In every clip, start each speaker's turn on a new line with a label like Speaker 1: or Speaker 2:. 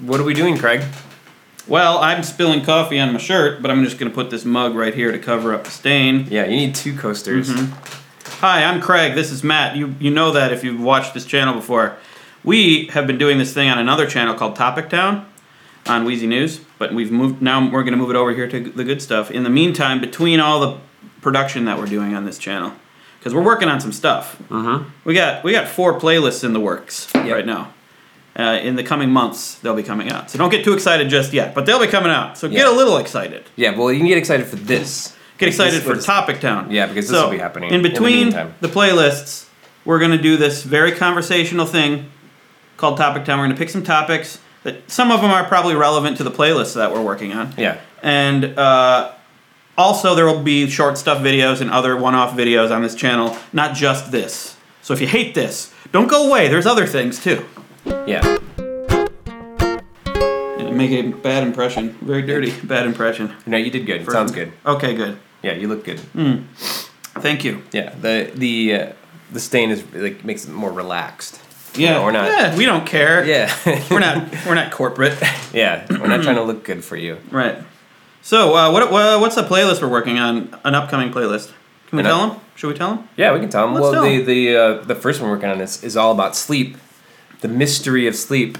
Speaker 1: What are we doing, Craig?
Speaker 2: Well, I'm spilling coffee on my shirt, but I'm just going to put this mug right here to cover up the stain.
Speaker 1: Yeah, you need two coasters.
Speaker 2: Mm-hmm. Hi, I'm Craig. This is Matt. You you know that if you've watched this channel before. We have been doing this thing on another channel called Topic Town on Wheezy News, but we've moved now we're going to move it over here to the good stuff. In the meantime, between all the production that we're doing on this channel cuz we're working on some stuff.
Speaker 1: Mm-hmm.
Speaker 2: We got we got four playlists in the works
Speaker 1: Yep.
Speaker 2: right now. Uh, in the coming months, they'll be coming out. So don't get too excited just yet, but they'll be coming out. So get
Speaker 1: Yeah.
Speaker 2: a little excited.
Speaker 1: Yeah, well, you can get excited for this.
Speaker 2: Get
Speaker 1: Like, this
Speaker 2: excited
Speaker 1: is what
Speaker 2: for
Speaker 1: it's-
Speaker 2: Topic Town.
Speaker 1: Yeah, because this will be happening in
Speaker 2: In
Speaker 1: the
Speaker 2: between
Speaker 1: meantime.
Speaker 2: the playlists, we're going to do this very conversational thing called Topic Town. We're going to pick some topics that some of them are probably relevant to the playlists that we're working on.
Speaker 1: Yeah.
Speaker 2: And uh, also, there will be short stuff videos and other one off videos on this channel, not just this. So if you hate this, don't go away. There's other things too.
Speaker 1: Yeah.
Speaker 2: And make a bad impression. Very dirty, bad impression.
Speaker 1: No, you did good. Sounds good.
Speaker 2: Okay, good.
Speaker 1: Yeah, you look good.
Speaker 2: Mm. Thank you.
Speaker 1: Yeah, the the uh, the stain is like makes it more relaxed.
Speaker 2: Yeah,
Speaker 1: No, we're not.
Speaker 2: Yeah, we don't care.
Speaker 1: Yeah,
Speaker 2: we're not. We're not corporate.
Speaker 1: yeah, we're not trying to look good for you.
Speaker 2: Right. So, uh, what, uh, what's the playlist we're working on? An upcoming playlist. Can we
Speaker 1: An
Speaker 2: tell
Speaker 1: up-
Speaker 2: them? Should we tell them?
Speaker 1: Yeah, we can tell them.
Speaker 2: Let's
Speaker 1: well,
Speaker 2: tell
Speaker 1: the the uh, the first one we're working on is is all about sleep, the mystery of sleep.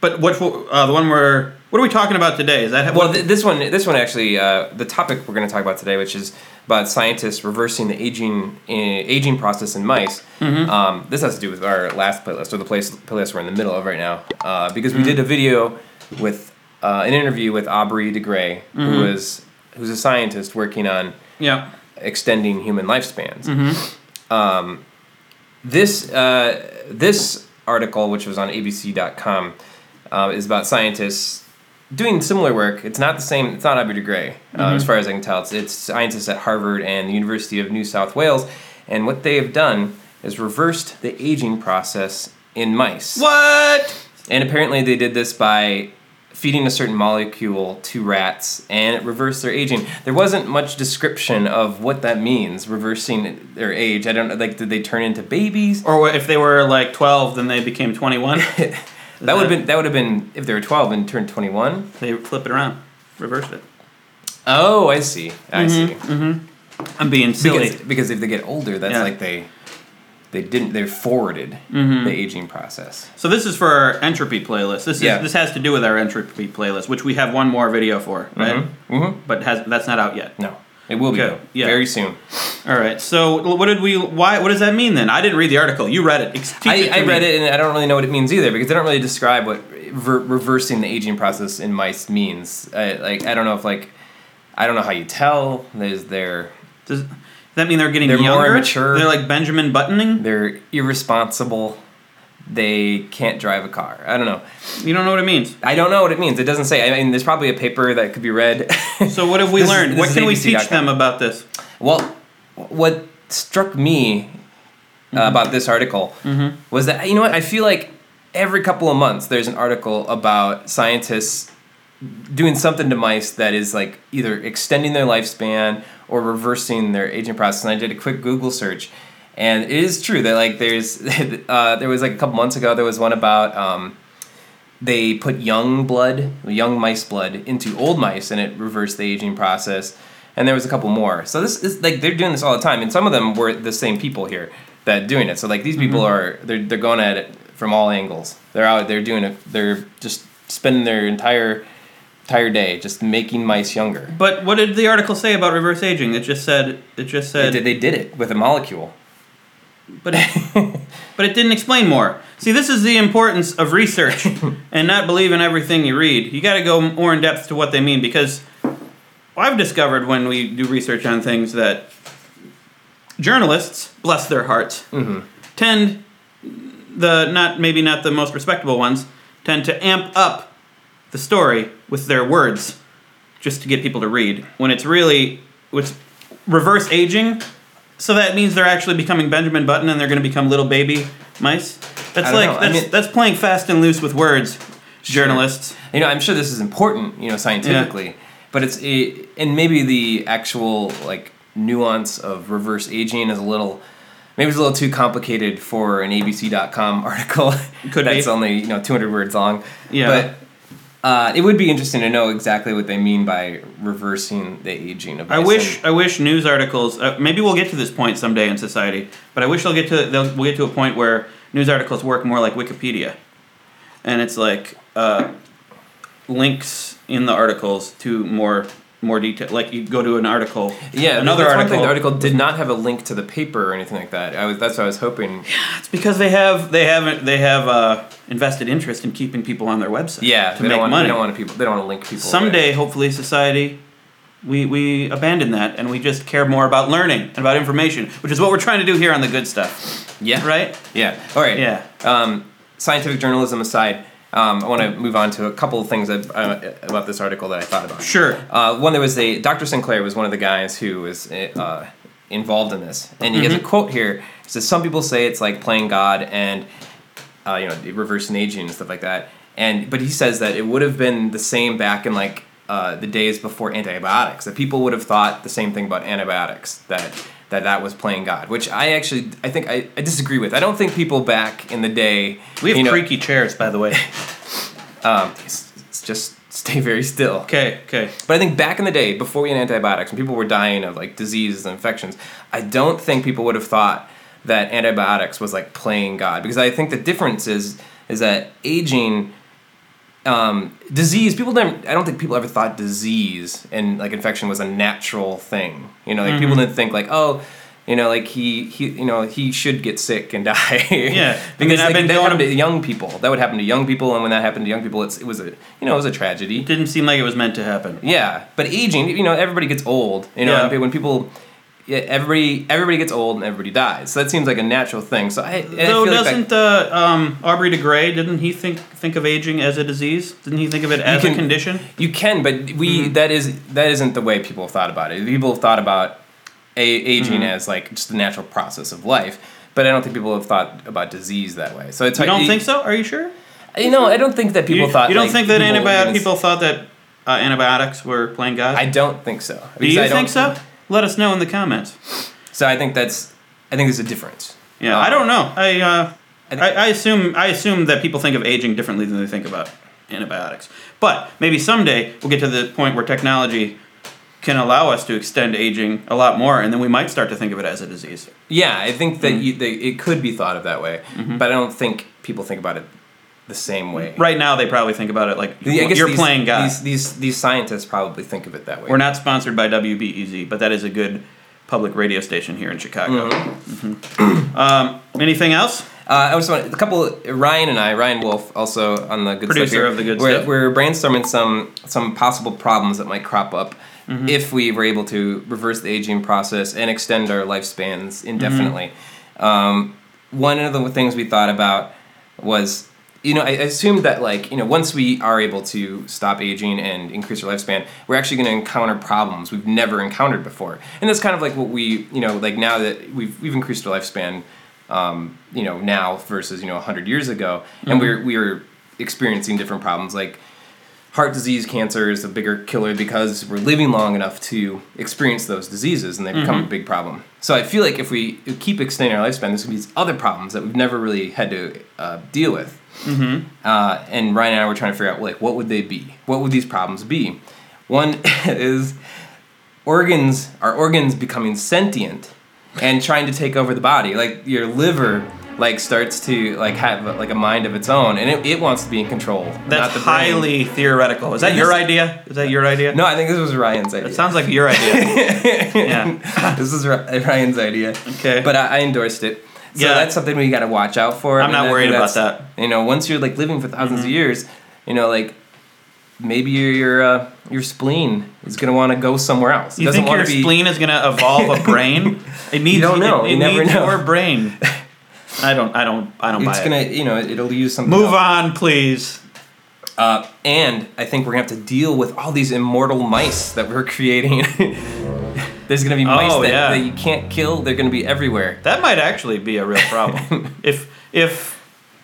Speaker 2: But what uh, the one we're what are we talking about today? Is that
Speaker 1: Well,
Speaker 2: what-
Speaker 1: th- this one this one actually uh, the topic we're going to talk about today, which is about scientists reversing the aging uh, aging process in mice. Um, this has to do with our last playlist or the place, playlist we're in the middle of right now, uh, because we did a video with uh, an interview with Aubrey de Grey, who was who's a scientist working on
Speaker 2: yeah.
Speaker 1: extending human lifespans. Um, this uh, this article, which was on ABC.com, uh, is about scientists doing similar work. It's not the same. It's not Abu de Grey, uh, as far as I can tell. It's, it's scientists at Harvard and the University of New South Wales, and what they have done is reversed the aging process in mice.
Speaker 2: What?
Speaker 1: And apparently they did this by feeding a certain molecule to rats and it reversed their aging. There wasn't much description of what that means, reversing their age. I don't know, like, did they turn into babies?
Speaker 2: Or what- if they were like twelve, then they became twenty-one.
Speaker 1: That would have been, that would have been, if they were 12 and turned 21.
Speaker 2: they flip it around, reverse it.
Speaker 1: Oh, I see.
Speaker 2: Mm-hmm,
Speaker 1: I see.
Speaker 2: I'm being silly.
Speaker 1: Because, because if they get older, that's
Speaker 2: Yeah.
Speaker 1: like they, they didn't, they forwarded
Speaker 2: Mm-hmm.
Speaker 1: the aging process.
Speaker 2: so this is for our entropy playlist. This is
Speaker 1: Yeah.
Speaker 2: this has to do with our entropy playlist, which we have one more video for, right?
Speaker 1: Mm-hmm.
Speaker 2: But has that's not out yet.
Speaker 1: No, it will be
Speaker 2: Okay,
Speaker 1: though,
Speaker 2: yeah.
Speaker 1: very soon.
Speaker 2: All right. So what did we? Why? What does that mean then? I didn't read the article. You read it. Ex- teach
Speaker 1: I,
Speaker 2: to
Speaker 1: I
Speaker 2: me.
Speaker 1: read it and I don't really know what it means either because they don't really describe what ver- reversing the aging process in mice means. I, like I don't know if like I don't know how you tell. There's their
Speaker 2: Does does that mean they're getting
Speaker 1: They're more
Speaker 2: younger?
Speaker 1: immature.
Speaker 2: They're like Benjamin Buttoning.
Speaker 1: they're irresponsible. They can't drive a car. I don't know.
Speaker 2: You don't know what it means.
Speaker 1: I don't know what it means. It doesn't say. I mean, there's probably a paper that could be read.
Speaker 2: So what have we
Speaker 1: This is-
Speaker 2: learned?
Speaker 1: this
Speaker 2: What
Speaker 1: is
Speaker 2: can we
Speaker 1: ABC.com.
Speaker 2: teach them about this?
Speaker 1: Well, what struck me uh, about this article was that you know what I feel like every couple of months there's an article about scientists doing something to mice that is like either extending their lifespan or reversing their aging process. And I did a quick Google search, and it is true that like there's uh, there was like a couple months ago there was one about. Um, they put young blood, young mice blood, into old mice, and it reversed the aging process. And there was a couple more. So this is like they're doing this all the time, and some of them were the same people here that doing it. So like these people are they're they're going at it from all angles. They're out they're doing it. They're just spending their entire entire day just making mice younger.
Speaker 2: But what did the article say about reverse aging? It just said it just
Speaker 1: They
Speaker 2: said
Speaker 1: did, they did it with a molecule.
Speaker 2: but it, but it didn't explain more. See, this is the importance of research and not believe in everything you read. You got to go more in depth to what they mean because I've discovered when we do research on things that journalists, bless their hearts,
Speaker 1: Mm-hmm.
Speaker 2: tend the not maybe not the most respectable ones tend to amp up the story with their words just to get people to read when it's really it's reverse aging so that means they're actually becoming benjamin button and they're going to become little baby mice that's
Speaker 1: I don't
Speaker 2: like
Speaker 1: know. I
Speaker 2: that's,
Speaker 1: mean-
Speaker 2: that's playing fast and loose with words journalists
Speaker 1: You know, I'm sure this is important, you know, scientifically, but it's it, and maybe the actual like nuance of reverse aging is a little Maybe it's a little too complicated for an ABC.com article
Speaker 2: Could be.
Speaker 1: that's only you know 200 words long.
Speaker 2: Yeah.
Speaker 1: But uh, it would be interesting to know exactly what they mean by reversing the aging of.
Speaker 2: I
Speaker 1: bison.
Speaker 2: wish I wish news articles. Uh, maybe we'll get to this point someday in society, but I wish they'll get to they'll, we'll get to a point where news articles work more like Wikipedia, and it's like uh, links in the articles to more more detail. Like you go to an article,
Speaker 1: Yeah,
Speaker 2: another
Speaker 1: that's one
Speaker 2: article.
Speaker 1: Thing, the article did not have a link to the paper or anything like that. I was that's what I was hoping.
Speaker 2: It's because they have they haven't they have uh, invested interest in keeping people on their website.
Speaker 1: Yeah,
Speaker 2: to
Speaker 1: they
Speaker 2: make
Speaker 1: don't want
Speaker 2: money.
Speaker 1: they don't want to people they don't want to link people. there.
Speaker 2: Someday, hopefully, society, we, we abandon that and we just care more about learning and about information, which is what we're trying to do here on the good stuff,
Speaker 1: yeah,
Speaker 2: right?
Speaker 1: Yeah. All right.
Speaker 2: Yeah. Uh,
Speaker 1: Um, scientific journalism aside, um, I want to move on to a couple of things that, uh, about this article that I thought about.
Speaker 2: Sure.
Speaker 1: Uh, one there was a Dr. Sinclair was one of the guys who was uh, involved in this, and he
Speaker 2: Mm-hmm.
Speaker 1: has a quote here. It says some people say it's like playing God and uh, you know reversing aging and stuff like that, and but he says that it would have been the same back in like uh, the days before antibiotics. That people would have thought the same thing about antibiotics that that that was playing God, which I actually I think I, I disagree with. I don't think people back in the day
Speaker 2: We have
Speaker 1: you know,
Speaker 2: creaky chairs, by the way.
Speaker 1: um, s- s- just stay very still.
Speaker 2: Okay, okay.
Speaker 1: But I think back in the day, before we had antibiotics, when people were dying of like diseases and infections, I don't think people would have thought that antibiotics was like playing God because I think the difference is is that aging. Um, disease. People never. I don't think people ever thought disease and like infection was a natural thing. You know, like people
Speaker 2: Mm-hmm.
Speaker 1: didn't think like, oh, you know, like he, he, you know, he should get sick and die.
Speaker 2: Yeah. I mean,
Speaker 1: because
Speaker 2: I've
Speaker 1: like,
Speaker 2: been
Speaker 1: that
Speaker 2: going-
Speaker 1: happened to young people. That would happen to young people, and when that happened to young people, it's it was a you know it was a tragedy.
Speaker 2: Didn't seem like it was meant to happen.
Speaker 1: Yeah, but aging, you know, everybody gets old. You know,
Speaker 2: Yeah.
Speaker 1: and when people, yeah, everybody, everybody gets old and everybody dies. So that seems like a natural thing. So I, and I
Speaker 2: Though
Speaker 1: feel like
Speaker 2: doesn't uh, um, Aubrey de Grey didn't he think think of aging as a disease? Didn't he think of it as a
Speaker 1: can-
Speaker 2: condition?
Speaker 1: that- you can, but we
Speaker 2: Mm-hmm.
Speaker 1: that is that isn't the way people have thought about it. People have thought about a, aging
Speaker 2: Mm-hmm.
Speaker 1: as like just the natural process of life. But I don't think people have thought about disease that way. So it's
Speaker 2: You don't think so? Are you sure?
Speaker 1: You know, I don't think that Uh, people
Speaker 2: you,
Speaker 1: thought.
Speaker 2: you don't
Speaker 1: like,
Speaker 2: think that
Speaker 1: people were
Speaker 2: antibiotic
Speaker 1: gonna s-
Speaker 2: people thought that uh, antibiotics were playing God?
Speaker 1: I don't think so.
Speaker 2: Do
Speaker 1: Because
Speaker 2: you
Speaker 1: I don't-
Speaker 2: think so? Let us know in the comments.
Speaker 1: So I think that's. I think there's a difference.
Speaker 2: Yeah,
Speaker 1: Uh,
Speaker 2: I don't know. I, uh,
Speaker 1: I thi-
Speaker 2: I I assume I assume that people think of aging differently than they think about antibiotics. But maybe someday we'll get to the point where technology can allow us to extend aging a lot more, and then we might start to think of it as a disease.
Speaker 1: Yeah, I think
Speaker 2: Mm.
Speaker 1: that you, they, it could be thought of that way, but I don't think people think about it the same way.
Speaker 2: Mm-hmm. Right now, they probably think about it like
Speaker 1: I guess
Speaker 2: you're
Speaker 1: these-
Speaker 2: playing God.
Speaker 1: These, these these scientists probably think of it that way.
Speaker 2: We're not sponsored by WBEZ, but that is a good public radio station here in Chicago.
Speaker 1: Mm-hmm.
Speaker 2: Mhm. um, anything else?
Speaker 1: Uh, I just want a couple. Ryan and I, Ryan Wolf, also on the good
Speaker 2: Producer
Speaker 1: stuff here,
Speaker 2: of the good
Speaker 1: we're,
Speaker 2: stuff.
Speaker 1: We're brainstorming some some possible problems that might crop up
Speaker 2: Mm-hmm.
Speaker 1: if we were able to reverse the aging process and extend our lifespans indefinitely.
Speaker 2: Mm-hmm.
Speaker 1: Um, one of the things we thought about was, you know, I I assumed that like you know once we are able to stop aging and increase our lifespan, we're actually going to encounter problems we've never encountered before, and that's kind of like what we you know like now that we've we've increased our lifespan um, you know now versus you know 100 years ago and we're we were experiencing different problems like heart disease cancer is a bigger killer because we're living long enough to experience those diseases and they become
Speaker 2: Mm-hmm.
Speaker 1: a big problem so i feel like if we keep extending our lifespan there's going to be these other problems that we've never really had to uh, deal with
Speaker 2: Mm-hmm.
Speaker 1: uh, and Ryan and I were trying to figure out like what would they be? What would these problems be? One is organs are organs becoming sentient and trying to take over the body. Like your liver like starts to like have like a mind of its own and it, it wants to be in control.
Speaker 2: That's
Speaker 1: not the brain.
Speaker 2: highly theoretical. Is that your idea? Is that your idea?
Speaker 1: No, I think this was Ryan's idea.
Speaker 2: It sounds like your idea. yeah.
Speaker 1: this is Ry- Ryan's idea.
Speaker 2: Okay.
Speaker 1: But I, I endorsed it. So
Speaker 2: Yeah.
Speaker 1: that's something we got to watch out for.
Speaker 2: I'm
Speaker 1: And
Speaker 2: not
Speaker 1: I think
Speaker 2: worried about Mm-hmm.
Speaker 1: that's- You know, once you're like living for 1000s of years, you know, like maybe your your uh, your spleen is gonna want to go somewhere else. It
Speaker 2: You
Speaker 1: doesn't
Speaker 2: think
Speaker 1: want
Speaker 2: your
Speaker 1: to be.
Speaker 2: spleen is going to evolve a brain? It needs.
Speaker 1: don't know.
Speaker 2: It,
Speaker 1: You
Speaker 2: it
Speaker 1: never
Speaker 2: needs
Speaker 1: know.
Speaker 2: your brain. I don't. I don't. I don't
Speaker 1: It's
Speaker 2: buy
Speaker 1: gonna,
Speaker 2: it.
Speaker 1: you know, it'll use something.
Speaker 2: Move
Speaker 1: else.
Speaker 2: on, please.
Speaker 1: Uh, and I think we're gonna have to deal with all these immortal mice that we're creating. There's gonna be mice
Speaker 2: Oh,
Speaker 1: that,
Speaker 2: yeah.
Speaker 1: that you can't kill. They're gonna be everywhere.
Speaker 2: That might actually be a real problem. if if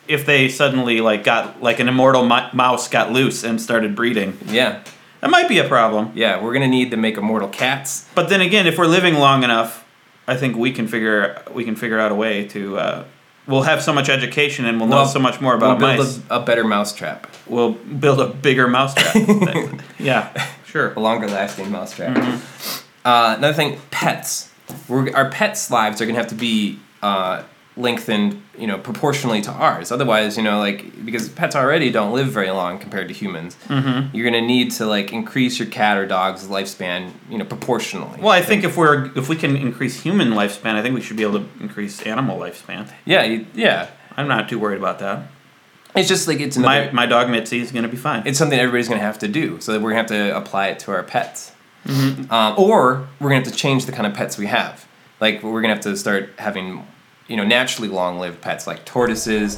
Speaker 2: if they suddenly like got like an immortal mi- mouse got loose and started breeding,
Speaker 1: Yeah,
Speaker 2: that might be a problem.
Speaker 1: yeah. We're gonna need to make immortal cats.
Speaker 2: But then again, if we're living long enough, I think we can figure we can figure out a way to. Uh, we'll have so much education and we'll know
Speaker 1: Well,
Speaker 2: so much more about
Speaker 1: we'll
Speaker 2: mice.
Speaker 1: build a, a better mousetrap,
Speaker 2: we'll build a bigger mousetrap. yeah, sure.
Speaker 1: a longer lasting mousetrap.
Speaker 2: Mm-hmm.
Speaker 1: Uh, another thing, pets. We're, our pets' lives are gonna have to be uh, lengthened, you know, proportionally to ours. Otherwise, you know, like because pets already don't live very long compared to humans.
Speaker 2: Mm-hmm.
Speaker 1: You're gonna need to like increase your cat or dog's lifespan, you know, proportionally.
Speaker 2: Well, I think if we're if we can increase human lifespan, I think we should be able to increase animal lifespan.
Speaker 1: yeah, you, yeah.
Speaker 2: I'm not too worried about that.
Speaker 1: It's just like it's another,
Speaker 2: My my dog Mitzi is gonna be fine.
Speaker 1: it's something everybody's going to have to do so that we're going to have to apply it to our pets
Speaker 2: Mm-hmm.
Speaker 1: um, or we're going to have to change the kind of pets we have like we're going to have to start having you know naturally long-lived pets like tortoises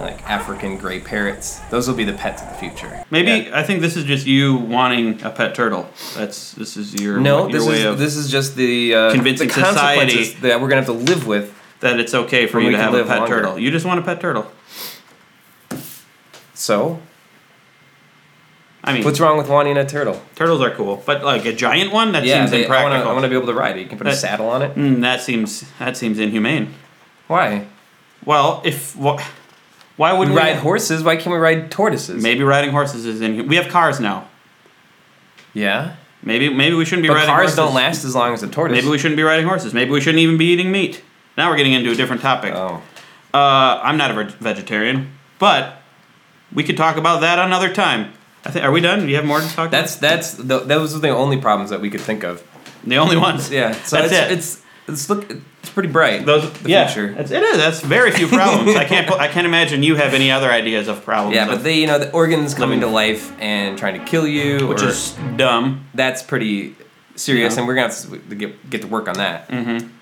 Speaker 1: like african gray parrots those will be the pets of the future
Speaker 2: Maybe
Speaker 1: Yeah.
Speaker 2: I think this is just you wanting a pet turtle. That's this is your
Speaker 1: no
Speaker 2: uh, your
Speaker 1: this
Speaker 2: way
Speaker 1: is
Speaker 2: of
Speaker 1: this is just the uh,
Speaker 2: Convincing
Speaker 1: the consequences
Speaker 2: society-
Speaker 1: that we're going to have to live with
Speaker 2: that it's okay for
Speaker 1: When
Speaker 2: you
Speaker 1: we
Speaker 2: to
Speaker 1: can
Speaker 2: have a
Speaker 1: live
Speaker 2: pet
Speaker 1: longer.
Speaker 2: turtle. You just want a pet turtle.
Speaker 1: so
Speaker 2: I mean,
Speaker 1: what's wrong with wanting a turtle
Speaker 2: turtles are cool, but like a giant one that
Speaker 1: yeah
Speaker 2: seems
Speaker 1: they, i
Speaker 2: impractical.
Speaker 1: want to be able to ride it you can put a
Speaker 2: That-
Speaker 1: saddle on it
Speaker 2: Mm, that seems that seems inhumane.
Speaker 1: why
Speaker 2: Well, if wh- why
Speaker 1: we
Speaker 2: wouldn't
Speaker 1: ride
Speaker 2: we,
Speaker 1: horses why can't we ride tortoises
Speaker 2: Maybe riding horses is inhuman. We have cars now.
Speaker 1: yeah
Speaker 2: Maybe maybe we shouldn't be
Speaker 1: but
Speaker 2: riding
Speaker 1: cars
Speaker 2: horses.
Speaker 1: don't last as long as a tortoise
Speaker 2: Maybe we shouldn't be riding horses. Maybe we shouldn't even be eating meat. Now we're getting into a different topic.
Speaker 1: Oh.
Speaker 2: Uh, I'm not a veg- vegetarian, but we could talk about that another time. I think. Are we done? Do you have more to talk?
Speaker 1: That's that's the, those are the only problems that we could think of.
Speaker 2: about? the only ones.
Speaker 1: Yeah. So
Speaker 2: that's
Speaker 1: it's,
Speaker 2: it.
Speaker 1: it's it's look it's pretty bright.
Speaker 2: those
Speaker 1: the
Speaker 2: yeah,
Speaker 1: future.
Speaker 2: That's, it is. That's very few problems. I can't. put- I can't imagine you have any other ideas of problems.
Speaker 1: yeah, but
Speaker 2: of-
Speaker 1: they you know the organs coming to life and trying to kill you,
Speaker 2: which
Speaker 1: or-
Speaker 2: is dumb.
Speaker 1: that's pretty serious,
Speaker 2: Yeah. Mm-hmm.
Speaker 1: and we're gonna have to get, get to work on that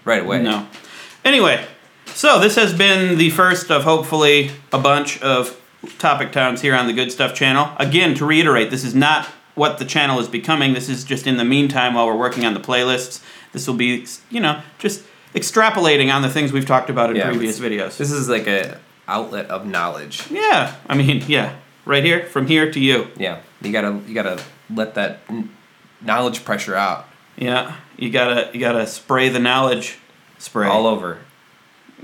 Speaker 1: right away.
Speaker 2: No. Anyway, so this has been the first of hopefully a bunch of topic towns here on the Good Stuff channel. Again, to reiterate, this is not what the channel is becoming. This is just in the meantime while we're working on the playlists. This will be, you know, just extrapolating on the things we've talked about in
Speaker 1: Yeah,
Speaker 2: previous videos.
Speaker 1: This is like a outlet of knowledge.
Speaker 2: yeah, I mean, yeah, right here, from here to you.
Speaker 1: Yeah, you gotta you gotta let that n- knowledge pressure out
Speaker 2: Yeah, you gotta you gotta spray the knowledge spray
Speaker 1: all over.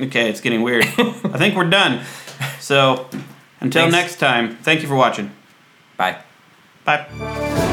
Speaker 2: Okay, it's getting weird. I think we're done. So, until
Speaker 1: Thanks.
Speaker 2: next time, thank you for watching.
Speaker 1: Bye.
Speaker 2: Bye.